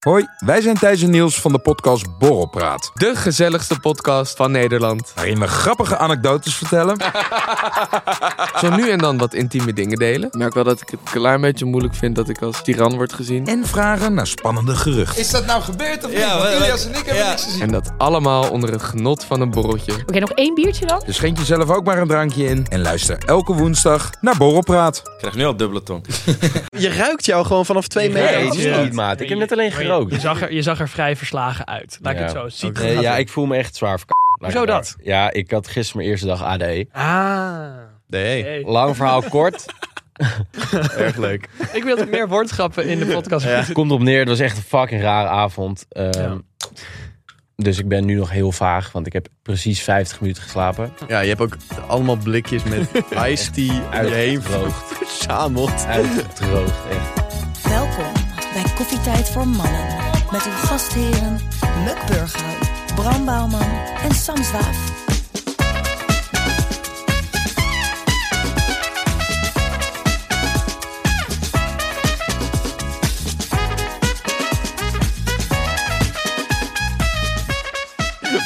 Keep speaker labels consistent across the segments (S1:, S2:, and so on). S1: Hoi, wij zijn Thijs en Niels van de podcast Borrelpraat.
S2: De gezelligste podcast van Nederland.
S1: Waarin we grappige anekdotes vertellen.
S2: Zo nu en dan wat intieme dingen delen. Ik merk wel dat ik het een klein beetje moeilijk vind dat ik als tiran word gezien.
S1: en vragen naar spannende geruchten.
S3: Is dat nou gebeurd of niet?
S4: Ja,
S3: Want
S4: wat-
S3: Ilias en ik hebben
S4: ja.
S3: niks gezien.
S2: En dat allemaal onder het genot van een borreltje.
S5: Oké, nog één biertje dan?
S1: Dus schenk jezelf ook maar een drankje in. En luister elke woensdag naar Borrelpraat.
S4: Ik krijg nu al dubbele tong.
S6: Je ruikt jou gewoon vanaf twee meter.
S7: Nee,
S6: afstand.
S7: dat is niet,
S8: maat.
S7: Maar je- maar je- Je, zag er, je zag er vrij verslagen uit. Laat ik Ja.
S8: het Nou, zo zien.
S7: Nee, ja, ik voel me echt zwaar verk. Laat
S8: Hoezo
S7: ik daar-
S8: dat?
S7: Ja, ik had gisteren mijn eerste dag AD.
S8: Ah.
S6: Nee.
S8: Hey.
S7: Lang verhaal kort. Erg leuk.
S8: Ik wil dat er meer woordgrappen in de podcast.
S7: Het komt op neer, het was echt een fucking rare avond. Ehm,
S8: Ja.
S7: Dus ik ben nu nog heel vaag, want ik heb precies 50 minuten geslapen.
S6: Ja, je hebt ook allemaal blikjes met iced tea uit je heen
S7: Uitgedroogd.
S6: verzameld.
S7: Uitgedroogd, echt.
S9: Welkom bij Koffietijd voor Mannen. Met uw gastheren Muk Burghuis, Bram Bouwman en Sam Zwaaf.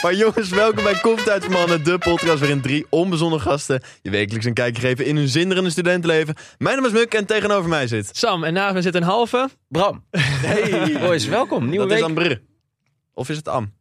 S6: Maar jongens, welkom bij Komt Uit Mannen, de podcast waarin drie onbezonnen gasten je wekelijks een kijkje geven in hun zinderende studentenleven. Mijn naam is Muk en tegenover mij zit...
S8: Sam, en naast me zit een halve.
S7: Bram. Hey. Boys, welkom. Nieuwe
S6: dat
S7: week.
S6: is Ambre. Of is het Am?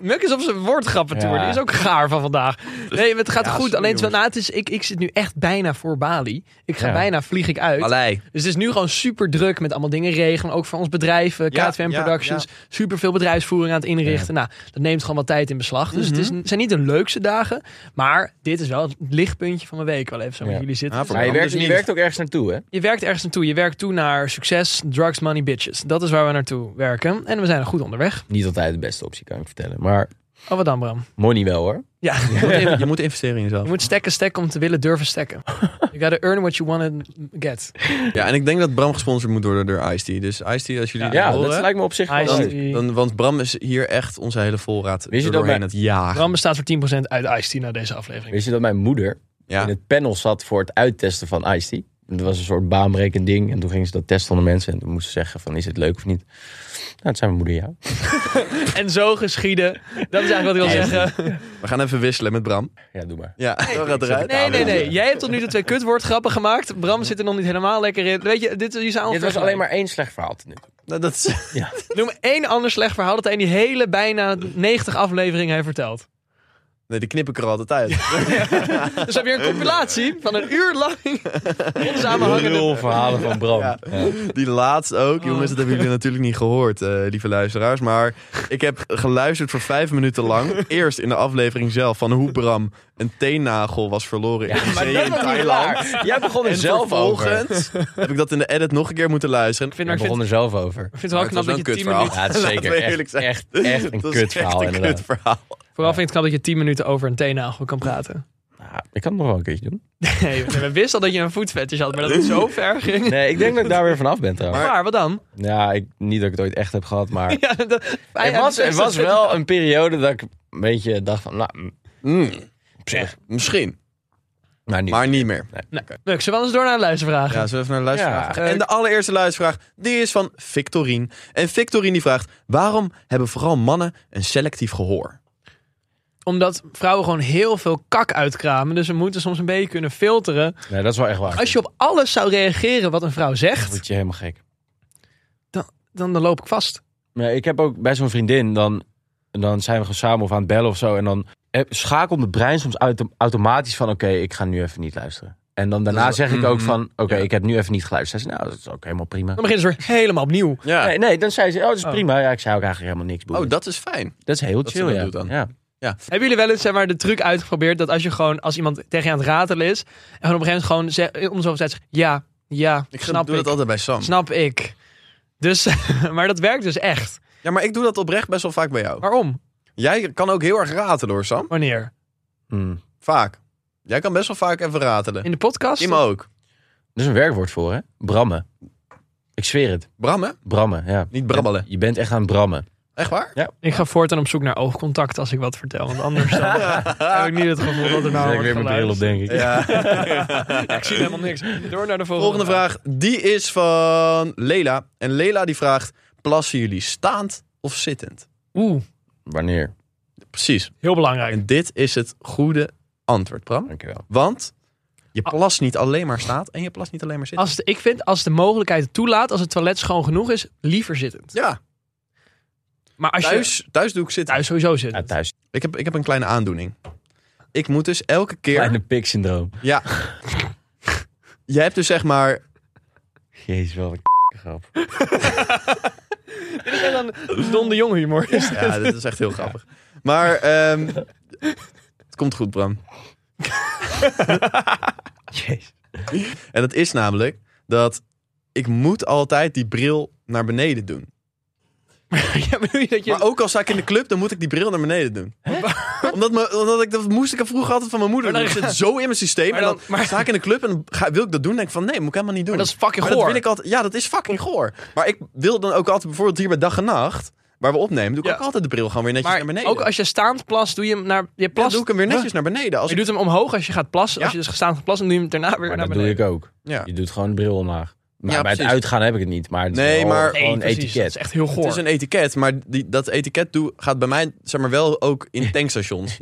S8: Muk is op zijn woordgrappen toer.
S7: Ja.
S8: Die is ook gaar van vandaag. Nee, maar het gaat
S6: Dus- Ja,
S8: goed.
S6: sorry,
S8: Alleen, het is wel-
S6: jongens.
S8: nou, het is, ik, ik zit nu echt bijna voor Bali. Ik ga
S7: Ja.
S8: bijna, vlieg ik uit.
S6: Allee.
S8: Dus het is nu gewoon super druk met allemaal dingen regelen. Ook voor ons bedrijf, eh,
S6: Ja,
S8: KTM
S6: ja,
S8: Productions. Super veel bedrijfsvoering aan het inrichten. Nou, dat neemt gewoon wat tijd in beslag. Dus
S6: Mhm.
S8: het is, het zijn niet de leukste dagen. Maar dit is wel het lichtpuntje van mijn week. Wel even zo met
S7: Ja.
S8: jullie zitten.
S6: Ah, voor
S7: Maar je
S6: Bram
S7: werkt,
S6: dus
S7: je
S6: niet.
S7: werkt ook ergens naartoe, hè?
S8: Je werkt ergens naartoe. Je werkt toe naar succes, drugs, money, bitches. Dat is waar we naartoe werken. En we zijn er goed onderweg.
S7: Niet altijd de beste optie, kan ik vertellen. Maar
S8: Oh, wat dan, Bram?
S7: money wel, hoor.
S8: Ja,
S6: Je moet, in- je moet investeren in
S8: je
S6: jezelf.
S8: moet stekken, stekken om te willen durven stekken. You gotta earn what you wanna get.
S6: Ja, en ik denk dat Bram gesponsord moet worden door iced tea. Dus iced tea, als jullie
S8: Ja,
S6: dit
S7: Ja,
S6: horen,
S7: dat lijkt me op zich wel
S8: Iced
S7: leuk.
S8: tea.
S6: dan, dan, want Bram is hier echt onze hele voorraad
S7: Wist je dat
S6: doorheen
S7: bij-
S6: het jaar.
S8: Bram bestaat voor 10% uit Ice-T na deze aflevering.
S7: Weet je dat mijn moeder
S6: Ja.
S7: in het panel zat voor het uittesten van Ice-T? Dat was een soort baanbrekend ding. En toen gingen ze dat testen onder mensen. En toen moesten ze zeggen van, is het leuk of niet? Nou, het zijn mijn moeder ja.
S8: En zo geschieden. Dat is eigenlijk wat ik wil
S7: Nee.
S8: zeggen.
S6: We gaan even wisselen met Bram.
S7: Ja, doe maar.
S6: Ja, dat gaat eruit.
S8: Nee, nee, nee. Jij hebt tot nu toe twee kutwoordgrappen gemaakt. Bram zit er nog niet helemaal lekker in. Weet je, dit, je zou
S7: Dit was alleen maar één slecht verhaal tot nu toe.
S6: Nou, dat is...
S8: Noem één ander slecht verhaal dat hij in die hele bijna 90 afleveringen heeft verteld.
S6: Nee, die knip ik er altijd uit.
S8: Dus heb je een compilatie van een uur lang onsamenhangende...
S7: Nul verhalen van Bram.
S6: Ja.
S7: Ja.
S6: Die laatste ook. Jongens, dat hebben jullie natuurlijk niet gehoord, eh, lieve luisteraars. Maar ik heb geluisterd voor vijf minuten lang. Eerst in de aflevering zelf van hoe Bram een teennagel was verloren in een zee in Thailand.
S7: Jij begon er
S6: En
S7: zelf over.
S6: vervolgens heb ik dat in de edit nog een keer moeten luisteren.
S8: Ik vind, maar
S7: Jij
S8: ik vind,
S7: begon er zelf over.
S8: ik vind het wel knap dat je 10 minuten...
S7: Ja, het is
S6: Laten
S7: zeker
S6: we eerlijk
S7: echt,
S6: zijn.
S7: echt, echt een
S6: Dat is echt
S7: kutverhaal
S6: een
S7: inderdaad.
S6: kutverhaal.
S8: Vooral vind ik het knap dat je 10 minuten over een teennagel kan praten.
S7: Nou, ik kan het nog wel een keertje doen.
S8: Nee, we wisten al dat je een voetvetjes had, maar dat het zo ver ging.
S7: Nee, ik denk dat ik daar weer vanaf ben trouwens.
S8: Maar wat dan?
S7: Ja, ik, niet dat ik het ooit echt heb gehad, maar...
S8: Ja, dat,
S7: Er was, er was wel een periode dat ik een beetje dacht van, nou, mm,
S6: Mm,
S7: op zich.
S6: misschien,
S7: Maar niet.
S6: maar niet meer.
S8: Nou, Muk, zullen we anders door naar de luistervragen?
S6: Ja, zullen we even naar de luistervraag
S7: Ja.
S6: gaan? En de allereerste luistervraag, die is van Victorine. En Victorine die vraagt, waarom hebben vooral mannen een selectief gehoor?
S8: Omdat vrouwen gewoon heel veel kak uitkramen. Dus we moeten soms een beetje kunnen filteren.
S7: Nee, dat is wel echt waar.
S8: Als je op alles zou reageren wat een vrouw
S7: Dan
S8: zegt,
S7: word je helemaal gek.
S8: dan, dan loop ik vast.
S7: Nee, ik heb ook bij zo'n vriendin, dan, dan zijn we gewoon samen of aan het bellen of zo. En dan eh, schakelt mijn brein soms auto- automatisch van, oké, ik ga nu even niet luisteren. En dan daarna
S6: Dat is-
S7: zeg ik ook
S6: mhm.
S7: van, oké,
S6: Ja.
S7: ik heb nu even niet geluisterd. Zij zei, nou, dat is ook helemaal prima.
S8: Dan beginnen ze weer helemaal opnieuw.
S6: Ja.
S7: Nee, nee, dan zei ze, oh, dat is
S8: Oh.
S7: prima. Ja, ik zei ook eigenlijk helemaal niks. boeien.
S6: Oh, dat is fijn.
S7: dat is heel
S6: dat
S7: chill,
S6: ze dat
S7: ja.
S6: doet dan.
S7: ja.
S8: Hebben jullie wel eens zeg maar, de truc uitgeprobeerd dat als je gewoon als iemand tegen je aan het ratelen is. en gewoon op een gegeven moment gewoon zeg, om de zoveel tijd zegt: ja, ja,
S6: Ik
S8: snap
S6: doe
S8: ik.
S6: dat altijd bij Sam.
S8: Snap ik. Dus, maar dat werkt dus echt.
S6: Ja, maar ik doe dat oprecht best wel vaak bij jou.
S8: Waarom?
S6: Jij kan ook heel erg ratelen hoor, Sam.
S8: Wanneer?
S7: Hm.
S6: Vaak. Jij kan best wel vaak even ratelen.
S8: In de podcast?
S6: Kim ook.
S7: Er is een werkwoord voor, hè? Brammen. Ik zweer het.
S6: Bram, hè?
S7: Brammen, ja.
S6: Niet brabbelen.
S7: Je bent echt aan het brammen.
S6: Echt waar?
S8: Ik ga voortaan op zoek naar oogcontact als ik wat vertel. Want anders dan heb ik niet het gevoel dat er nou
S7: Zet ik
S8: wordt
S7: weer mijn bril op,
S8: geluisterd.
S7: denk ik.
S8: Ja, ik zie helemaal niks. Door naar de volgende,
S6: Volgende vraag, die is van Lela. En Lela die vraagt... Plassen jullie staand of zittend?
S8: Oeh,
S7: Wanneer?
S6: Precies.
S8: heel belangrijk.
S6: En dit is het goede antwoord, Bram.
S7: Dankjewel.
S6: Want je plast niet alleen maar staat en je plast niet alleen maar zitten.
S8: Als het, ik vind, als de mogelijkheid het toelaat, als het toilet schoon genoeg is, liever zittend.
S6: Ja,
S8: Maar als je
S6: thuis, thuis doe ik zitten.
S8: thuis sowieso zit.
S7: Ja, thuis.
S6: Ik heb, ik heb een kleine aandoening. Ik moet dus elke keer...
S7: Kleine pik-syndroom.
S6: Ja. Jij hebt dus zeg maar...
S7: Jezus, wel een grap.
S8: Dit is echt een Don de Jong humor.
S6: Ja, dat is echt heel grappig. Maar ehm, het komt goed, Bram.
S7: Jezus.
S6: En dat is namelijk dat ik moet altijd die bril naar beneden doen.
S8: Ja, bedoel je dat je...
S6: Maar ook al sta ik in de club, dan moet ik die bril naar beneden doen. Omdat, me, omdat ik dat moest ik er vroeger altijd van mijn moeder.
S8: Maar
S6: doen.
S8: dan-
S6: Ik zit zo in mijn systeem.
S8: Maar
S6: en dan
S8: dan- maar-
S6: sta ik in de club en dan ga, wil ik dat doen. En denk ik van nee, moet ik helemaal niet doen.
S8: Maar dat is fucking
S6: Maar dat
S8: goor.
S6: vind ik altijd, ja, dat is fucking goor. Maar ik wil dan ook altijd bijvoorbeeld hier bij dag en nacht, waar we opnemen, doe ik
S8: Ja.
S6: ook altijd de bril gewoon weer netjes naar
S8: Maar
S6: beneden.
S8: ook als je staand plast, doe je hem naar... Je
S6: Ja,
S8: plast,
S6: doe ik hem weer netjes naar beneden. Als
S8: Je
S6: ik,
S8: doet hem omhoog als je gaat plassen.
S6: Ja.
S8: Als je dus staand gaat plassen, dan doe je hem daarna weer
S7: Maar
S8: naar
S7: dat doe ik
S8: beneden.
S7: ook.
S6: ja.
S7: Je doet gewoon de bril omlaag. Maar
S6: Ja,
S7: bij het
S6: precies.
S7: uitgaan heb ik het niet. Maar het is
S6: Nee,
S7: wel
S6: maar-
S8: Nee,
S7: gewoon
S8: precies. Dat
S7: etiket.
S8: is echt heel goor.
S6: Het is een etiket, maar die, dat etiket doe, gaat bij mij zeg maar wel ook in tankstations.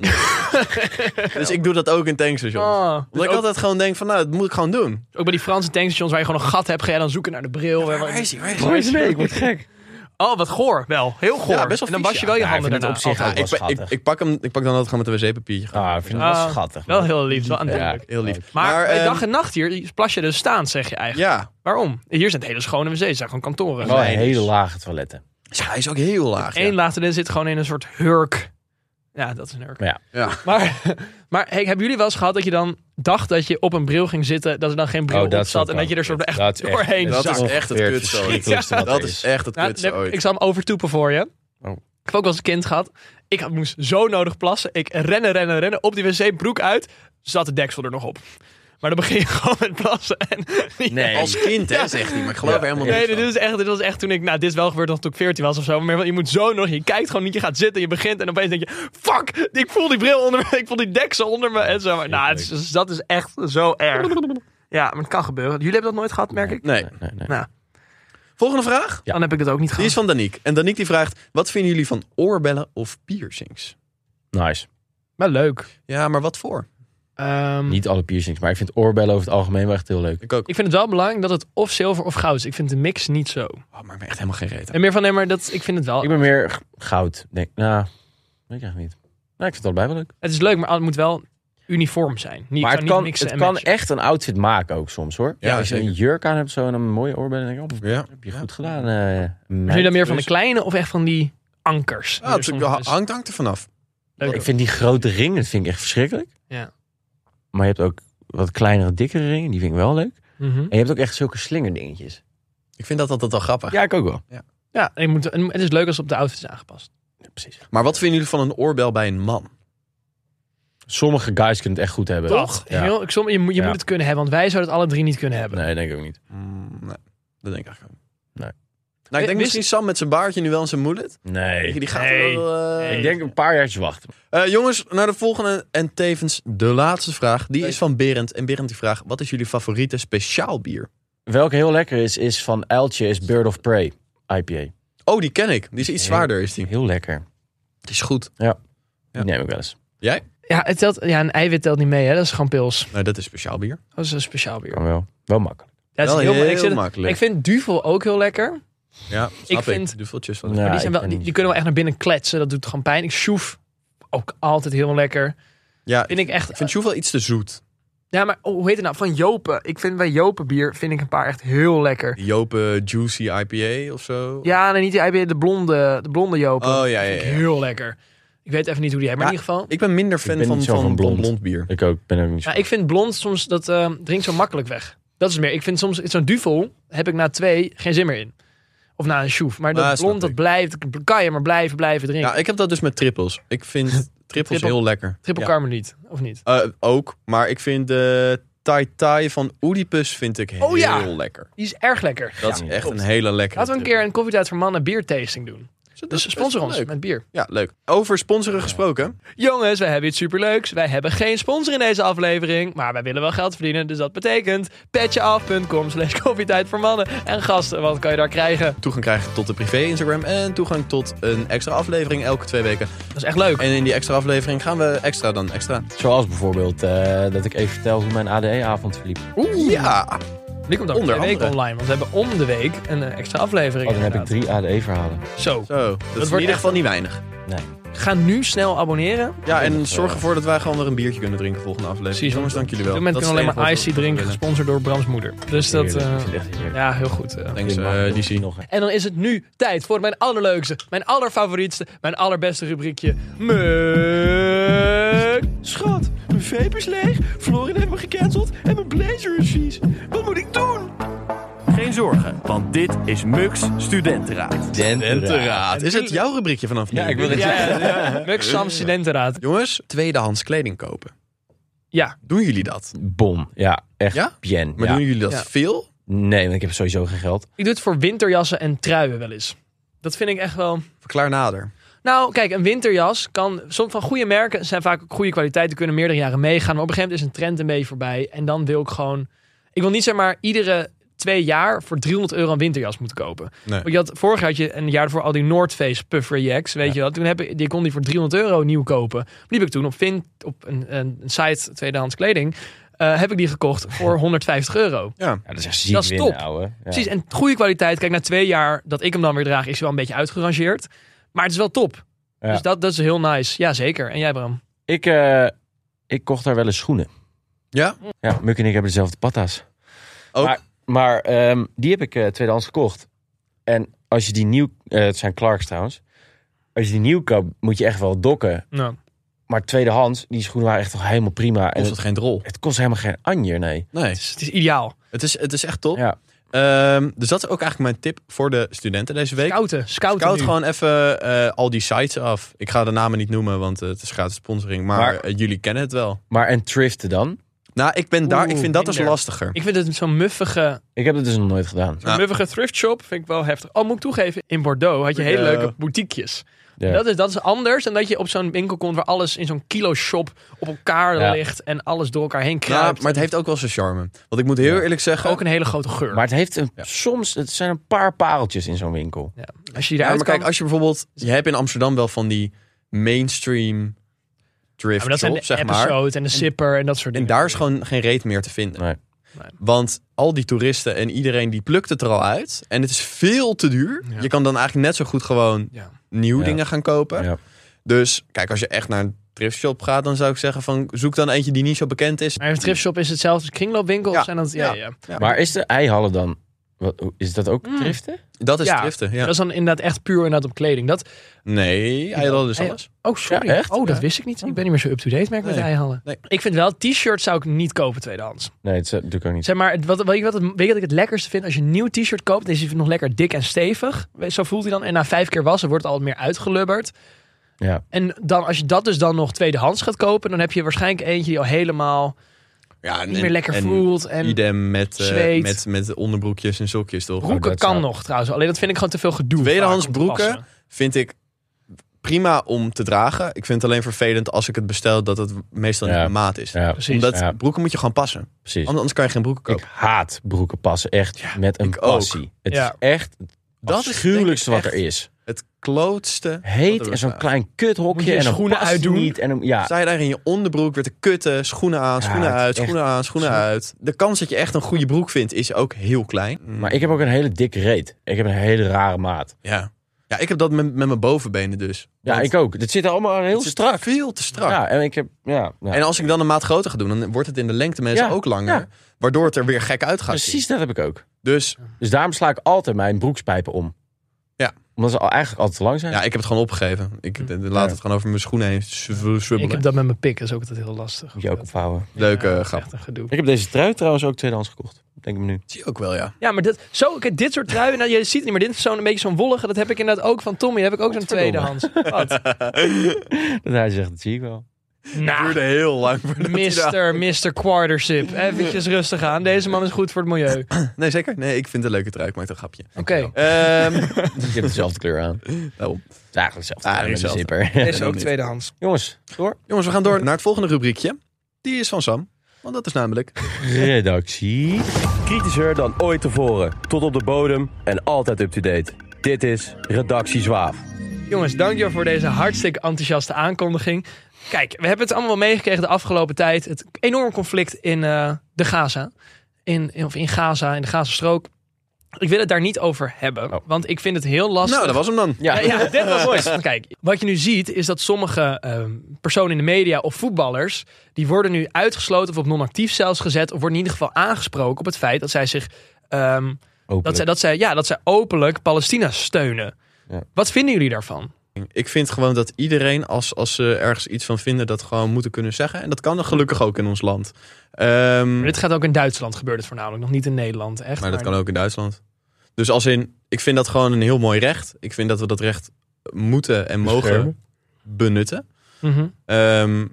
S6: dus ik doe dat ook in tankstations.
S8: Ah. Dus
S6: Omdat ik
S8: ook-
S6: altijd gewoon denk van, nou, dat moet ik gewoon doen.
S8: Ook bij die Franse tankstations waar je gewoon een gat hebt, ga je dan zoeken naar de bril. Waar-
S7: nee, ik word gek.
S8: Oh, wat goor. Wel, heel goor.
S6: Ja, best wel
S8: en dan
S6: vies,
S8: was je
S6: ja.
S8: wel je
S7: Ja, ik
S8: handen
S7: vind
S8: daarna.
S7: het op zich
S8: altijd.
S6: Ja, ik, ben- ik,
S7: schattig.
S6: ik, pak hem, ik pak dan altijd gewoon met een wc-papiertje.
S7: Ah, ik vind het wel
S8: Ah,
S7: schattig.
S8: Wel
S7: man.
S8: heel lief, wel aantrekkelijk.
S6: Heel lief.
S8: Maar, bij
S6: ehm,
S8: dag en nacht hier plas je dus staand, zeg je eigenlijk.
S6: Ja,
S8: Waarom? Hier zijn het hele schone wc's, het zijn gewoon kantoren.
S7: Wel
S6: Nee, dus-
S7: hele lage toiletten.
S6: Ja, hij is ook heel laag. ja.
S8: Eén laag erin zit gewoon in een soort hurk. Ja, dat is een hurk.
S7: Maar ja.
S6: Ja.
S8: Maar, maar hey, hebben jullie wel eens gehad dat je dan dacht dat je op een bril ging zitten, dat er dan geen bril
S7: Oh,
S8: op
S7: dat is
S8: zat
S7: ook
S8: en dat je er soort
S7: wel-
S8: echt
S7: dat is echt-
S8: doorheen
S6: Dat
S8: zakt?
S6: is echt het
S7: Ongeveer
S6: kutste ooit.
S7: verschrikkelijkste wat er
S6: Dat
S7: is.
S6: is echt het
S8: Nou,
S6: kutste
S8: dan heb-
S6: ooit.
S8: ik zal hem overtoepen voor je.
S7: Oh.
S8: Ik heb ook als kind gehad. Ik had- moest zo nodig plassen. Ik rennen, rennen, rennen. Op die wc, broek uit. Zat de deksel er nog op. Maar dan begin je gewoon met plassen. En
S7: Nee.
S6: Als kind, hè, zegt hij. Maar ik geloof er helemaal
S8: Nee,
S6: niet
S8: dit, is echt, dit was echt toen ik... Nou, dit is wel gebeurd nog toen ik 14 was of zo. Maar je moet zo nog... Je kijkt gewoon niet, je gaat zitten, je begint... En opeens denk je... Fuck! Ik voel die bril onder me. Ik voel die deksel onder me. En zo. Maar, nou, het is- dus dat is echt zo erg. Ja, maar het kan gebeuren. Jullie hebben dat nooit gehad, merk ik.
S6: Nee.
S7: Nee, nee.
S8: Nou,
S6: Volgende vraag.
S7: Ja.
S8: dan heb ik dat ook niet
S6: Die is
S8: gehad.
S6: van Daniek. En Daniek die vraagt, wat vinden jullie van oorbellen of piercings?
S7: Nice.
S8: Maar leuk.
S6: Ja, maar wat voor?
S8: Ehm,
S7: Niet alle piercings, maar ik vind oorbellen over het algemeen wel echt heel leuk.
S6: Ik ook.
S8: Ik vind het wel belangrijk dat het of zilver of goud is. Ik vind de mix niet zo.
S6: Oh, maar ik ben echt helemaal geen reet. aan.
S8: En meer van, nee, maar dat, ik vind het wel.
S7: Ik ben meer g- goud. Denk, nou, weet ik eigenlijk niet. Nou, ik vind het allebei wel leuk.
S8: Het is leuk, maar het moet wel uniform zijn. Niet,
S7: maar
S8: maar
S7: het
S8: niet
S7: kan,
S8: mixen
S7: het
S8: en
S7: kan
S8: matchen.
S7: echt een outfit maken ook soms hoor.
S6: Ja,
S7: als je een
S6: zeker.
S7: jurk aan hebt zo en een mooie oorbellen, dan denk ik, oh,
S6: Ja.
S7: heb je goed gedaan. eh,
S8: Zijn jullie
S7: meid.
S8: dan meer van de kleine of echt van die ankers?
S6: Ja, Ah, het
S8: Dus soms Dus- is-
S6: hangt, hangt er vanaf.
S8: leuk.
S7: Ik vind die grote ringen, dat vind ik echt verschrikkelijk.
S8: Ja.
S7: Maar je hebt ook wat kleinere, dikkere ringen, die vind ik wel leuk.
S8: Mhm.
S7: En je hebt ook echt zulke slingerdingetjes.
S6: Ik vind dat altijd wel grappig.
S7: Ja, ik ook wel.
S8: Ja, en je moet, en het is leuk als het op de outfit is aangepast.
S7: Ja, precies.
S6: Maar wat vinden jullie van een oorbel bij een man?
S7: Sommige guys kunnen het echt goed hebben.
S8: Toch?
S7: Ja.
S8: Heel, ik, som, je moet- je
S7: Ja.
S8: moet het kunnen hebben, want wij zouden het alle drie niet kunnen hebben.
S7: Nee, denk ik ook niet.
S6: Mm, nee, dat denk ik eigenlijk ook.
S7: Nee. Eh,
S6: Nou, ik
S8: Wist-
S6: denk misschien Sam met zijn baardje nu wel en zijn mullet.
S7: Nee.
S6: Die gaat
S8: Nee.
S6: wel... eh,
S7: Ik denk een paar jaartjes wachten.
S6: Eh, jongens, naar de volgende en tevens de laatste vraag. Die is van Berend. En Berend die vraagt, wat is jullie favoriete speciaal bier?
S7: Welke heel lekker is, is van Uiltje, is Bird of Prey IPA.
S6: Oh, die ken ik. Die is iets
S7: Heel-
S6: zwaarder, is die.
S7: Heel lekker.
S6: Het is goed.
S7: Die neem ik wel eens.
S6: Jij?
S8: Ja, het telt, ja, een eiwit telt niet mee, hè? dat is gewoon pils.
S6: Nou, dat is speciaal bier.
S8: Dat is een speciaal bier.
S7: Kan wel. Wel makkelijk.
S8: Dat is
S6: Wel
S8: heel,
S6: heel
S8: ik, zit-
S6: makkelijk.
S8: ik vind Duvel ook heel lekker.
S6: Ja, snap ik.
S8: vind-
S6: Duveltjes van...
S7: Ja,
S8: Maar die,
S7: ik
S8: zijn wel,
S7: ben
S8: die,
S7: niet
S8: die kunnen wel
S7: zo-
S8: echt naar binnen kletsen. Dat doet gewoon pijn. Ik sjoef ook altijd heel lekker.
S6: Ja,
S8: Vind ik echt...
S6: ik vind Sjoe wel iets te zoet.
S8: ja, maar oh, hoe heet het nou? Van Jopen. Ik vind bij Jopen bier vind ik een paar echt heel lekker.
S6: Jopen Juicy IPA of zo.
S8: Ja, nee, niet die IPA, de blonde, de blonde Jopen.
S6: Oh, ja,
S8: Vind
S6: ja,
S8: ik
S6: ja.
S8: heel lekker. Ik weet even niet hoe die heet, maar
S6: Ja,
S8: in ieder geval...
S6: Ik ben minder fan
S7: ben
S6: van,
S7: niet zo
S6: van,
S7: van
S6: blond.
S7: blond.
S6: blond bier.
S7: Ik ook. Ben ook niet zo...
S8: Nou, ik vind blond soms, dat eh, drinkt zo makkelijk weg. Dat is meer. Ik vind soms, zo'n duvel heb ik na twee geen zin meer in. Of na een sjoef. Maar dat
S6: Ah, snap
S8: blond, dat
S6: ik.
S8: blijft, kan je maar blijven, blijven drinken.
S6: Ja, ik heb dat dus met trippels. Ik vind trippels
S8: Triple-
S6: heel lekker.
S8: Triple
S6: Ja.
S8: Carmen niet, of niet?
S6: Eh, ook, maar ik vind de Thai Thai van Oedipus vind ik heel
S8: Oh ja.
S6: lekker.
S8: Die is erg lekker.
S6: Dat
S7: Ja,
S6: is echt
S7: klopt.
S6: een hele lekkere.
S8: Laten we een keer een koffietijd voor mannen biertasting doen. Dus sponsor ons met bier.
S6: Ja, leuk. Over sponsoren gesproken.
S8: Jongens, wij hebben iets superleuks. Wij hebben geen sponsor in deze aflevering, maar wij willen wel geld verdienen. Dus dat betekent petjeaf.com slash koffietijd voor mannen. En gasten, wat kan je daar krijgen?
S6: Toegang krijgen tot de privé Instagram en toegang tot een extra aflevering elke twee weken.
S8: Dat is echt leuk.
S6: En in die extra aflevering gaan we extra dan extra.
S7: Zoals bijvoorbeeld eh, dat ik even vertel hoe mijn ADE-avond verliep. Oh,
S6: Oeh, ja.
S8: Die komt ook
S6: Onder
S8: onder week
S6: andere.
S8: online, want we hebben om de week een eh, extra aflevering.
S7: Oh, dan heb ik
S8: inderdaad.
S7: drie ADE-verhalen.
S8: Zo,
S6: Zo, dat, is in
S8: wordt
S6: ieder
S8: echt-
S6: geval niet weinig.
S7: Nee.
S8: ga nu snel abonneren.
S6: Ja, en zorg ervoor dat wij gewoon weer een biertje kunnen drinken volgende aflevering.
S8: Precies,
S6: Jongens, dank jullie
S8: Op
S6: wel.
S8: dit moment
S6: Dat
S8: kunnen we
S6: is
S8: alleen maar
S6: het
S8: Icy
S6: enige
S8: drinken,
S6: wat we
S8: gesponsord door Brams moeder. Dus dat,
S7: Heerlijk.
S8: eh,
S7: Ik vind het echt heerlijk.
S8: ja, heel goed. eh.
S6: willen.
S7: Je
S6: Thanks,
S7: mag
S6: eh,
S7: nog-
S6: DC.
S7: nog een-
S8: En dan is het nu tijd voor mijn allerleukste, mijn allerfavorietste, mijn allerbeste rubriekje. Muk.
S3: Schat, mijn vape is leeg, Florin heeft me gecanceld en mijn blazer is vies. Wat moet ik doen? Geen zorgen, want dit is Mux Studentenraad.
S6: Studenteraad. Is het jouw rubriekje vanaf nu?
S7: Ja, ik wil het
S8: Ja,
S7: zeggen.
S8: ja, ja. Muk Sam Studentenraad.
S6: Jongens, tweedehands kleding kopen.
S8: Ja,
S6: Doen jullie dat?
S7: Bom. Ja, echt.
S6: Ja?
S7: Bien.
S6: Maar
S7: ja.
S6: doen jullie dat
S8: Ja.
S6: veel?
S7: Nee, want ik heb sowieso geen geld.
S8: ik doe het voor winterjassen en truien wel eens. Dat vind ik echt wel...
S6: Verklaar nader.
S8: Nou, kijk, een winterjas kan soms van goede merken zijn vaak ook goede kwaliteit. Die kunnen meerdere jaren meegaan. Maar op een gegeven moment is een trend een beetje voorbij. En dan wil ik gewoon. Ik wil niet zeg maar iedere twee jaar voor 300 euro een winterjas moeten kopen.
S6: Nee.
S8: Want je had vorig jaar had je een jaar voor al die North Face Puff Reacts, weet je wel. Toen heb ik die kon die voor 300 euro nieuw kopen. Die heb ik toen op Vint op een, een een site tweedehands kleding eh, heb ik die gekocht voor 150 euro.
S7: Ja, dat is echt ziek
S8: Dat is
S7: winnen,
S8: top.
S7: ouwe. Ja.
S8: Precies, en goede kwaliteit. Kijk, na twee jaar dat ik hem dan weer draag, is hij wel een beetje uitgerangeerd. Maar het is wel top.
S7: Ja.
S8: Dus dat, dat is heel nice. Ja, zeker. En jij, Bram?
S7: Ik, eh, ik kocht daar wel eens schoenen.
S6: Ja?
S7: Ja, Muk en ik hebben dezelfde patta's.
S6: Ook?
S7: Maar, maar ehm, die heb ik eh, tweedehands gekocht. En als je die nieuw... eh, het zijn Clarks trouwens. Als je die nieuw koopt, moet je echt wel dokken.
S8: Nou,
S7: Maar tweedehands, die schoenen waren echt toch helemaal prima. En
S6: Kost
S7: het,
S6: Oh, dat geen drol?
S7: het kost helemaal geen anjer, nee.
S6: Nee.
S8: het, is, het is ideaal.
S6: Het is, het is echt top.
S7: Ja.
S6: Ehm, dus dat is ook eigenlijk mijn tip voor de studenten deze week.
S8: Scouten, scouten
S6: Scout
S8: nu.
S6: gewoon even eh, al die sites af. Ik ga de namen niet noemen, want eh, het is gratis sponsoring. Maar,
S7: Maar-
S6: eh, jullie kennen het wel.
S7: Maar en thriften dan?
S6: Nou, ik ben daar.
S8: Oeh,
S6: Ik vind dat dus
S8: minder.
S6: lastiger.
S8: Ik vind het zo'n muffige,
S7: Ik heb dat dus nog nooit gedaan.
S8: zo'n
S6: Ja.
S8: muffige thrift shop vind ik wel heftig. Oh, moet ik toegeven, in Bordeaux had je hele
S6: Ja.
S8: leuke boutiquejes.
S7: Ja.
S8: Dat, is, dat is anders dan dat je op zo'n winkel komt waar alles in zo'n kilo shop op elkaar
S7: Ja.
S8: ligt en alles door elkaar heen
S6: Ja,
S8: kruipt.
S6: maar het heeft ook wel zijn charme. Want ik moet heel
S7: Ja.
S6: eerlijk zeggen.
S8: ook een hele grote geur.
S7: Maar het heeft een,
S6: Ja.
S7: soms, het zijn een paar pareltjes in zo'n winkel.
S8: ja. Als je die
S6: ja,
S8: eruit
S6: maar kijk,
S8: kan-
S6: als je bijvoorbeeld. Je hebt in Amsterdam wel van die mainstream
S8: Ja,
S6: drift
S8: maar dat zijn
S6: shop,
S8: de
S6: zeg maar.
S8: episode en de sipper en dat soort
S6: En
S8: dingen.
S6: daar is gewoon geen reet meer te vinden.
S7: Nee.
S8: Nee.
S6: Want al die toeristen en iedereen die plukt het er al uit. En het is veel te duur.
S8: Ja.
S6: Je kan dan eigenlijk net zo goed gewoon
S8: Ja.
S6: nieuw
S7: Ja.
S6: dingen gaan kopen.
S7: Ja.
S6: Dus kijk, als je echt naar een thriftshop gaat, dan zou ik zeggen van zoek dan eentje die niet zo bekend is.
S8: Maar een thrift shop is hetzelfde als kringloopwinkel?
S6: Ja.
S8: Zijn dat, ja,
S6: Ja.
S8: ja. Mm.
S7: Maar is de eihallen dan... Wat, is dat ook thriften?
S6: Dat is
S8: Ja.
S6: thriften, ja.
S8: Dat is dan inderdaad echt puur inderdaad op kleding. Dat,
S6: Nee, eiland is
S8: Ei-
S6: alles.
S8: Oh, sorry.
S7: Ja, echt?
S8: Oh, dat wist ik niet. Ik ben niet meer zo up-to-date merk met
S6: Nee.
S8: eihallen.
S6: Nee.
S8: Ik vind wel, t-shirts zou ik niet kopen tweedehands.
S7: Nee, dat is eh, natuurlijk ook niet.
S8: Zeg maar, het- wat, weet, je wat, het- weet je wat ik het lekkerste vind? Als je een nieuw t-shirt koopt, dan is hij nog lekker dik en stevig. Weet- Zo voelt hij dan. En na vijf keer wassen wordt het al wat meer uitgelubberd.
S7: Ja.
S8: En dan, als je dat dus dan nog tweedehands gaat kopen, dan heb je waarschijnlijk eentje die al helemaal
S6: Ja,
S8: niet meer lekker voelt. En
S6: idem met, eh,
S8: zweet.
S6: met, met onderbroekjes en sokjes toch?
S7: Broek.
S8: broeken
S7: dat
S8: kan
S7: zou-
S8: nog trouwens. Alleen dat vind ik gewoon te veel gedoe.
S6: Tweedehands
S8: vaak om te
S6: broeken.
S8: passen.
S6: Vind ik prima om te dragen. Ik vind het alleen vervelend als ik het bestel dat het meestal
S7: Ja.
S6: niet mijn maat is.
S7: Ja,
S8: Precies.
S6: Omdat
S7: Ja.
S6: broeken moet je gewoon passen.
S7: precies.
S6: Ander- Anders kan je geen broeken
S7: Ik
S6: kopen.
S7: haat broeken passen echt met een
S6: ik ook.
S7: passie. Het
S8: Ja.
S7: is echt het
S6: Dat is
S7: afschuwelijkste
S6: denk
S7: wat
S6: ik
S7: er is.
S6: Het klootste.
S7: Heet
S6: wat er
S7: en zo'n
S6: bestaat.
S7: klein
S8: Moet
S7: kuthokje
S8: je je
S7: en dan
S8: schoenen
S7: past het
S8: uitdoen?
S7: niet. En dan- ja,
S6: Sta je daar in je onderbroek weer te kutten, schoenen aan,
S7: Ja,
S6: schoenen
S7: het is
S6: uit,
S7: echt
S6: schoenen aan, schoenen
S7: zo-
S6: uit. De kans dat je echt een goede broek vindt is ook heel klein.
S7: Mm, maar ik heb ook een hele dikke reet. Ik heb een hele rare maat.
S6: Ja. Ja, ik heb dat met, met mijn bovenbenen dus.
S7: Ja,
S6: Want
S7: ik ook. Het zit allemaal heel
S6: het is
S7: strak.
S6: Veel te strak.
S7: Ja, en ik heb ja, ja.
S6: En als ik dan een maat groter ga doen, dan wordt het in de lengte mensen
S7: Ja,
S6: ook langer.
S7: ja.
S6: Waardoor het er weer gek uit gaat zien.
S7: precies dat heb ik ook.
S6: Dus
S7: Dus daarom sla ik altijd mijn broekspijpen om.
S6: Ja.
S7: Omdat ze al eigenlijk altijd te lang zijn.
S6: ja, ik heb het gewoon opgegeven. Ik eh, laat het gewoon over mijn schoenen heen zwibbelen.
S8: Ik heb dat met mijn pik, dat is ook altijd heel lastig.
S7: Moet je ook opvouwen.
S6: Leuke
S8: Ja, dat is
S6: grap.
S8: Echt een gedoe.
S7: Ik heb deze trui trouwens ook tweedehands gekocht. Denk ik me nu.
S6: Zie je ook wel, ja.
S8: Ja, maar dit, zo, kijk, dit soort truien, nou, je ziet het niet, maar dit is zo'n een beetje zo'n wollige. Dat heb ik inderdaad ook van Tommy. Daar heb ik ook zo'n tweedehands. Wat?
S7: Dat hij zegt, dat zie ik wel.
S6: Het duurde heel lang voordat hij daar-
S8: Ah, Nou, Mister, Mister Quartersip. Eventjes rustig aan. Deze man is goed voor het milieu. Oké.
S6: Nee, zeker? Nee, ik vind het een leuke trui. Ik maak er een grapje. Ehm,
S7: Je hebt dezelfde kleur aan.
S6: daarom.
S7: Het is Eigenlijk hetzelfde.
S6: Ah,
S7: kleur met een
S6: hetzelfde.
S7: zipper.
S8: Deze is ook tweedehands.
S7: Jongens, door.
S6: Jongens, we gaan door naar het volgende rubriekje. Die is van Sam. Want dat is namelijk...
S7: Redactie.
S4: Kritischer dan ooit tevoren. Tot op de bodem en altijd up-to-date. Dit is Redactie Zwaaf.
S8: Jongens, dankjewel voor deze hartstikke enthousiaste aankondiging. Kijk, we hebben het allemaal wel meegekregen de afgelopen tijd. Het enorme conflict in eh, de Gaza. In, in- of in Gaza, in de Gazastrook. Ik wil het daar niet over hebben. Want ik vind het heel lastig.
S6: Nou, dat was hem dan.
S7: Ja,
S8: Ja, ja, dit was mooi. Kijk, wat je nu ziet is dat sommige ehm, personen in de media of voetballers... die worden nu uitgesloten of op non-actief zelfs gezet... of worden in ieder geval aangesproken op het feit dat zij zich... ehm, dat, zij, dat, zij, ja, dat zij openlijk Palestina steunen.
S7: Ja.
S8: Wat vinden jullie daarvan?
S6: Ik vind gewoon dat iedereen, als, als ze ergens iets van vinden, dat gewoon moeten kunnen zeggen. En dat kan dan gelukkig ook in ons land. Ehm,
S8: Maar dit gaat ook in Duitsland gebeurt het voornamelijk. Nog niet in Nederland, echt.
S6: maar dat kan ook in Duitsland. Dus als in, ik vind dat gewoon een heel mooi recht. Ik vind dat we dat recht moeten en mogen
S7: Beschermen.
S6: benutten.
S8: Mhm.
S6: Ehm,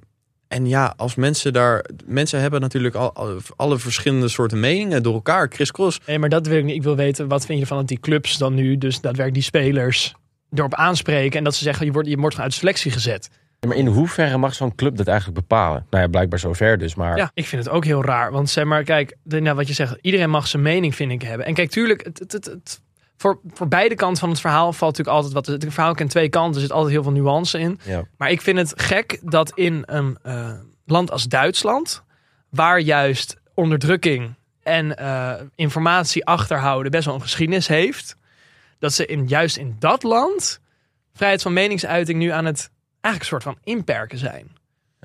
S6: en ja, als mensen daar... Mensen hebben natuurlijk al, al- alle verschillende soorten meningen door elkaar. Chris Cross.
S8: Nee, maar dat wil ik niet. Ik wil weten, wat vind je ervan dat die clubs dan nu... dus daadwerkelijk die spelers erop aanspreken... en dat ze zeggen, je wordt, je wordt vanuit de selectie gezet.
S7: Ja, Maar in hoeverre mag zo'n club dat eigenlijk bepalen? Nou ja, blijkbaar zover dus, maar...
S8: Ja, ik vind het ook heel raar. Want zeg maar, kijk, de, nou, wat je zegt, iedereen mag zijn mening, vind ik, hebben. En kijk, tuurlijk, het, het, het, het- voor, voor beide kanten van het verhaal valt natuurlijk altijd wat. Het verhaal kent twee kanten, er zit altijd heel veel nuance in.
S7: Ja.
S8: Maar ik vind het gek dat in een eh, land als Duitsland, waar juist onderdrukking en eh, informatie achterhouden best wel een geschiedenis heeft, dat ze in, juist in dat land vrijheid van meningsuiting nu aan het eigenlijk een soort van inperken zijn.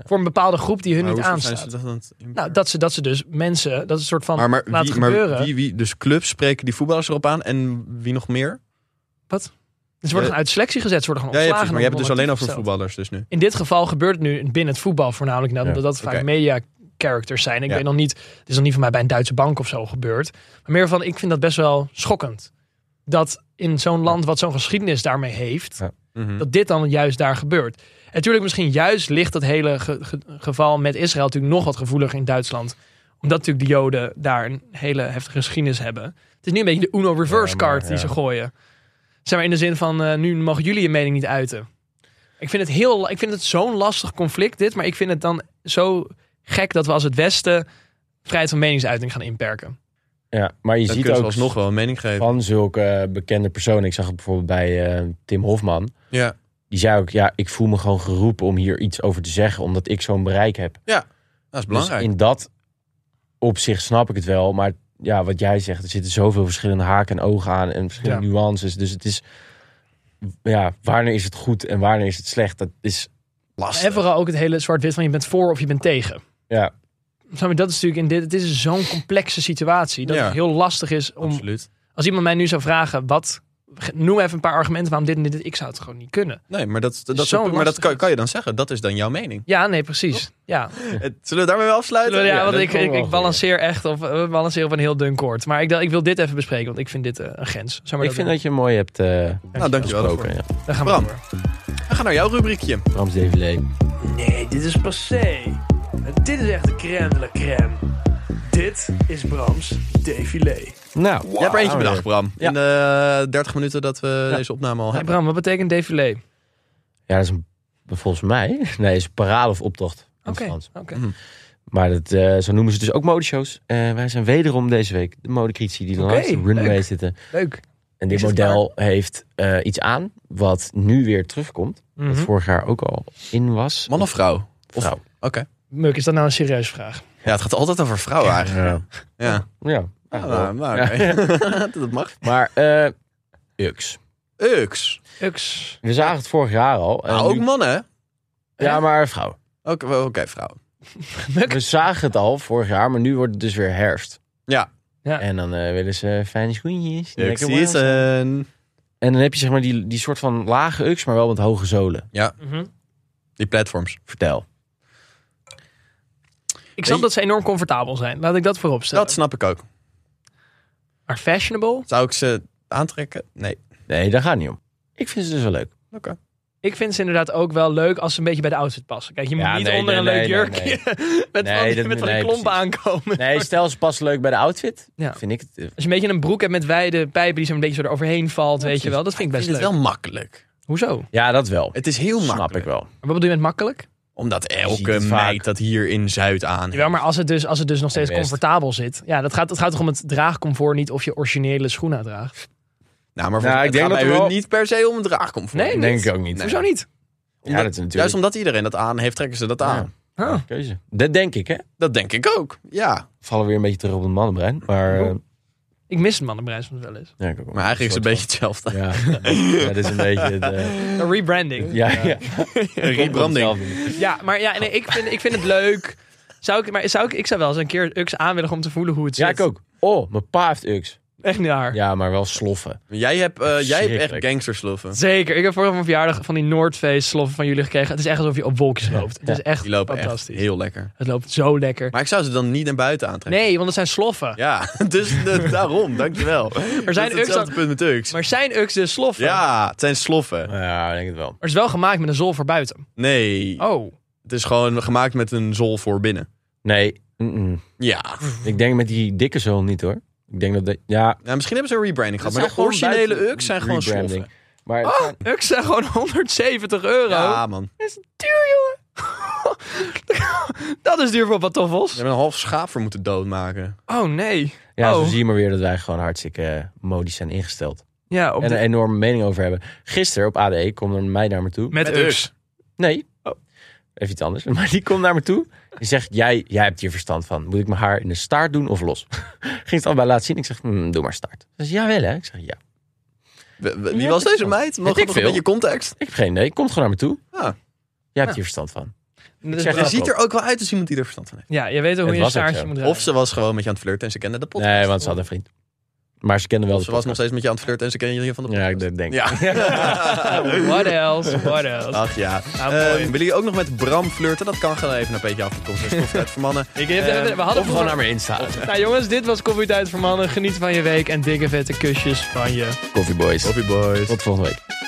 S8: Voor een bepaalde groep die hun
S6: Maar
S8: niet
S6: hoezo zijn
S8: aanstaat.
S6: ze dat aan het
S8: Nou, dat ze, dat ze dus mensen, dat is een soort van
S6: maar, maar,
S8: laten
S6: wie,
S8: gebeuren.
S6: maar wie, wie, dus clubs spreken die voetballers erop aan en wie nog meer?
S8: Ze worden
S6: eh,
S8: uit selectie gezet, ze worden
S6: Ja,
S8: gewoon
S6: ja,
S8: ontslagen.
S6: precies, maar je hebt het dus alleen over
S8: voetbal.
S6: voetballers dus nu.
S8: In dit geval gebeurt het nu binnen het voetbal voornamelijk, nou,
S7: Ja,
S8: omdat dat vaak
S6: oké.
S8: media characters zijn. Ik
S6: Ja.
S8: weet nog niet, het is nog niet van mij bij een Duitse bank of zo gebeurd. Maar meer van, ik vind dat best wel schokkend. Dat in zo'n land wat zo'n geschiedenis daarmee heeft,
S7: Ja.
S6: Mhm.
S8: dat dit dan juist daar gebeurt. En natuurlijk misschien juist ligt dat hele ge- ge- geval met Israël natuurlijk nog wat gevoeliger in Duitsland. Omdat natuurlijk de Joden daar een hele heftige geschiedenis hebben. Het is nu een beetje de Uno reverse
S7: Ja, maar,
S8: card die
S7: ja.
S8: ze gooien. Zeg maar in de zin van, eh, nu mogen jullie je mening niet uiten. Ik vind het, heel- ik vind het zo'n lastig conflict dit, maar ik vind het dan zo gek dat we als het Westen vrijheid van meningsuiting gaan inperken.
S7: Ja, maar je
S6: Dan
S7: ziet
S6: kunnen ze
S7: ook
S6: alsnog wel een mening geven.
S7: van zulke eh, bekende personen... Ik zag het bijvoorbeeld bij eh, Tim Hofman.
S6: Ja.
S7: Die zei ook, ja, ik voel me gewoon geroepen om hier iets over te zeggen... omdat ik zo'n bereik heb.
S6: Dat is belangrijk.
S7: Dus in dat opzicht snap ik het wel. Maar ja, wat jij zegt, er zitten zoveel verschillende haken en ogen aan en verschillende nuances. Dus het is, ja, wanneer is het goed en wanneer is het slecht? Dat is,
S8: En vooral ook het hele zwart-wit van je bent voor of je bent tegen.
S7: ja,
S8: Snap je, dat is natuurlijk in dit. Het is zo'n complexe situatie dat
S6: Ja.
S8: het heel lastig is om.
S6: Absoluut.
S8: Als iemand mij nu zou vragen, wat. ge- Noem even een paar argumenten waarom dit en dit. Ik zou het gewoon niet kunnen.
S6: Nee, maar dat, dat,
S8: Zo
S6: maar dat
S8: lastig
S6: kan,
S8: is.
S6: kan je dan zeggen. Dat is dan jouw mening.
S8: Ja, nee, precies.
S7: Oh.
S8: Ja,
S6: Het- Zullen we daarmee wel afsluiten?
S8: ja, want
S7: dat
S8: ik,
S7: kan
S8: ik,
S7: wel
S8: ik balanceer echt op, we balanceren op een heel dun koord. Maar ik, dacht, ik wil dit even bespreken, want ik vind dit eh, een grens. Zou maar
S7: ik vind dat je mooi hebt eh
S6: Nou, dankjewel daarvoor.
S7: gesproken. Ja.
S8: Daar gaan we
S6: Bram.
S8: door.
S6: We gaan naar jouw rubriekje.
S7: Rams DVD.
S8: Nee, dit is passé. Dit is echt de crème de la crème. Dit is Brams défilé.
S7: Nou,
S6: Je hebt er eentje bedacht, Bram.
S7: Ja.
S6: In de 30 minuten dat we deze opname al
S8: Hey
S6: hebben.
S8: Bram, wat betekent défilé?
S7: Ja, dat is een, volgens mij, nee, is een parade of optocht. in het
S8: Oké,
S7: Frans.
S8: oké.
S7: Maar dat, eh, zo noemen ze dus ook modeshows. Eh wij zijn wederom deze week de modecritici die
S8: Oké,
S7: langs de runway
S8: leuk.
S7: zitten.
S8: leuk.
S7: En dit
S8: Is het
S7: model heeft eh, iets aan wat nu weer terugkomt.
S8: Mhm.
S7: Wat vorig jaar ook al in was.
S6: Man of vrouw? Of-
S7: Vrouw.
S6: Oké.
S8: Muk, is dat nou een serieuze vraag?
S6: Ja, het gaat altijd over vrouwen eigenlijk.
S7: Ja.
S6: Ja.
S7: ja.
S6: Ah,
S7: eigenlijk wel.
S6: maar
S7: Ja.
S6: oké. dat mag.
S7: Maar, eh Ux.
S6: Ux.
S8: Ux.
S7: We zagen het vorig jaar al. en
S6: Ah, ook
S7: nu-
S6: mannen, hè?
S7: ja, maar vrouw.
S6: Oké, wel, oké, vrouwen.
S7: We zagen het al vorig jaar, maar nu wordt het dus weer herfst.
S6: Ja.
S8: Ja.
S7: En dan eh, willen ze fijne schoentjes.
S6: Ux
S7: lekker warm zijn.
S6: season.
S7: En dan heb je zeg maar die, die soort van lage Ux, maar wel met hoge zolen.
S8: Mhm.
S6: Die platforms.
S7: Vertel.
S8: Ik snap
S6: Nee.
S8: dat ze enorm comfortabel zijn. Laat ik dat voorop stellen.
S6: Dat snap ik ook.
S8: Maar fashionable?
S6: Zou ik ze aantrekken? Nee.
S7: Nee, daar gaat het niet om. Ik vind ze dus wel leuk.
S6: Oké.
S8: Ik vind ze inderdaad ook wel leuk als ze een beetje bij de outfit passen. Kijk, je moet
S7: Ja,
S8: niet
S7: nee,
S8: onder een
S7: nee,
S8: leuk
S7: nee,
S8: jurkje met
S7: Nee,
S8: van die,
S7: dat-
S8: met van die
S7: nee,
S8: klompen
S7: precies.
S8: aankomen.
S7: Nee, stel ze pas leuk bij de outfit.
S8: Ja.
S7: Vind ik het. eh,
S8: Als je een beetje een broek hebt met wijde pijpen die zo'n beetje zo eroverheen valt, weet je wel. Dat vind ik
S6: Ik
S8: best
S6: vind
S8: leuk.
S6: het wel makkelijk.
S8: Hoezo?
S7: Ja, dat wel.
S6: Het is heel
S7: Snap
S6: makkelijk.
S7: ik wel.
S8: Wat bedoel je met makkelijk?
S6: Omdat
S7: ziet
S6: elke
S7: het vaak.
S6: meid dat hier in Zuid aan heeft.
S8: Jawel, maar als het dus, als het dus nog steeds
S7: Best.
S8: comfortabel zit. Ja, dat gaat, dat gaat toch om het draagcomfort, niet of je originele schoenen draagt.
S6: Nou, maar
S7: Nou,
S6: voor-
S7: ik
S6: het
S7: denk
S6: gaat
S7: dat
S6: bij
S7: er
S6: hun
S7: wel-
S6: niet per se om het draagcomfort.
S8: Nee,
S7: Denk
S8: niet.
S7: ik ook niet.
S8: Hoezo niet?
S7: Ja, dat is natuurlijk.
S6: Juist omdat iedereen dat aan heeft, trekken ze dat aan.
S8: Huh.
S7: een keuze. Dat denk ik, hè?
S6: Dat denk ik ook, ja.
S7: Vallen we weer een beetje terug op het mannenbrein. Maar. eh,
S8: Ik mis het mannenbrein soms wel eens.
S7: ja, ik ook wel.
S6: Maar eigenlijk is het een beetje hetzelfde.
S7: Ja, ja, dat is een beetje. Het, eh,
S8: Een rebranding.
S7: ja, ja.
S6: Een rebranding.
S8: Ja, maar ja, nee, ik, vind, ik vind het leuk. Zou ik, maar zou ik, ik zou wel eens een keer UX aanwilligen om te voelen hoe het zit.
S7: Ja, ik ook. Oh, mijn pa heeft UX.
S8: Echt niet waar.
S7: Ja, maar wel sloffen.
S6: Jij hebt, eh, jij hebt echt
S7: Verschrikkelijk.
S6: gangstersloffen.
S8: Zeker. Ik heb vorig op mijn verjaardag van die Noordface sloffen van jullie gekregen. Het is echt alsof je op wolkjes loopt. Het is echt
S6: Die lopen echt
S8: fantastisch.
S6: heel lekker.
S8: Het loopt zo lekker.
S6: Maar ik zou ze dan niet naar buiten aantrekken.
S8: Nee, want het zijn sloffen.
S6: Ja, dus de- daarom, dankjewel. Er
S8: zijn
S6: dat is
S8: UX
S6: hetzelfde
S8: dan-
S6: punt met UX.
S8: Maar zijn UX dus sloffen?
S6: Ja, het zijn sloffen.
S7: Ja, ik denk het wel.
S8: Maar het is wel gemaakt met een zool voor buiten.
S6: Nee,
S8: Oh.
S6: het is gewoon gemaakt met een zool voor binnen.
S7: Nee, mm-mm.
S6: Ja,
S7: ik denk met die dikke zool niet hoor. Ik denk dat. De, ja,
S6: nou, misschien hebben ze een rebranding
S7: dat
S6: gehad. Maar
S7: zijn
S6: de
S7: gewoon
S6: originele
S7: buiten-
S6: UX zijn gewoon
S7: rebranding.
S6: sloffen.
S7: Maar
S8: Oh, UX zijn gewoon 170 euro.
S6: Ja, man.
S8: Dat is duur, jongen. dat is duur voor
S6: Ze
S8: pantoffels.
S6: hebben een half schaap voor moeten doodmaken.
S8: Oh, nee.
S7: ja,
S8: Oh.
S7: zo zie je maar weer dat wij gewoon hartstikke eh, modisch zijn ingesteld.
S8: Ja, op
S7: En
S8: de-
S7: een enorme mening over hebben. Gisteren op ADE kwam er een meid naar me toe.
S8: met,
S6: Ux.
S8: UX.
S7: Nee.
S6: Oh.
S7: Even iets anders. Maar die komt naar me toe. Die zegt, jij, jij hebt hier verstand van. Moet ik mijn haar in de staart doen of los? Ging het allebei laten zien. Ik zeg, "Hmm, doe maar staart. Ze zegt, jawel hè. Ik zeg, ja.
S6: W- w- Wie was deze meid? Nog, nog
S7: ik
S6: een
S7: veel.
S6: beetje context.
S7: Ik heb geen idee. Komt gewoon naar me toe.
S6: Ah. Ja.
S7: Jij hebt hier verstand van.
S8: Dat is
S7: zeg-
S8: wel-
S6: Je
S7: Ja,
S6: ziet
S7: klopt.
S6: er ook wel uit als iemand die er verstand van heeft.
S8: Ja, je weet hoe
S7: Het
S8: je een
S7: was ook
S8: staartje
S7: zo.
S8: moet draaien.
S6: Of ze was gewoon met je aan het flirten en ze kende de podcast.
S7: Nee, want ze had een vriend. Maar ze kende wel
S6: Of
S7: de
S6: ze was nog steeds
S7: podcast.
S6: met je aan het flirten en ze kende je van de
S7: Ja,
S6: podcast.
S7: ik denk.
S6: Ja.
S8: What else? What else?
S6: Ach ja.
S8: Ah,
S6: Eh,
S8: mooi.
S6: willen jullie ook nog met Bram flirten? Dat kan gewoon even naar Peetje Afgekomen. Dus tijd voor mannen.
S8: Ik heb- we hadden
S7: Of gewoon
S8: vroeger-
S7: naar me instaan.
S8: Nou jongens, dit was Koffietijd voor Mannen. Geniet van je week en dikke vette kusjes van je.
S7: Coffee Boys.
S6: Coffee boys.
S7: Tot volgende week.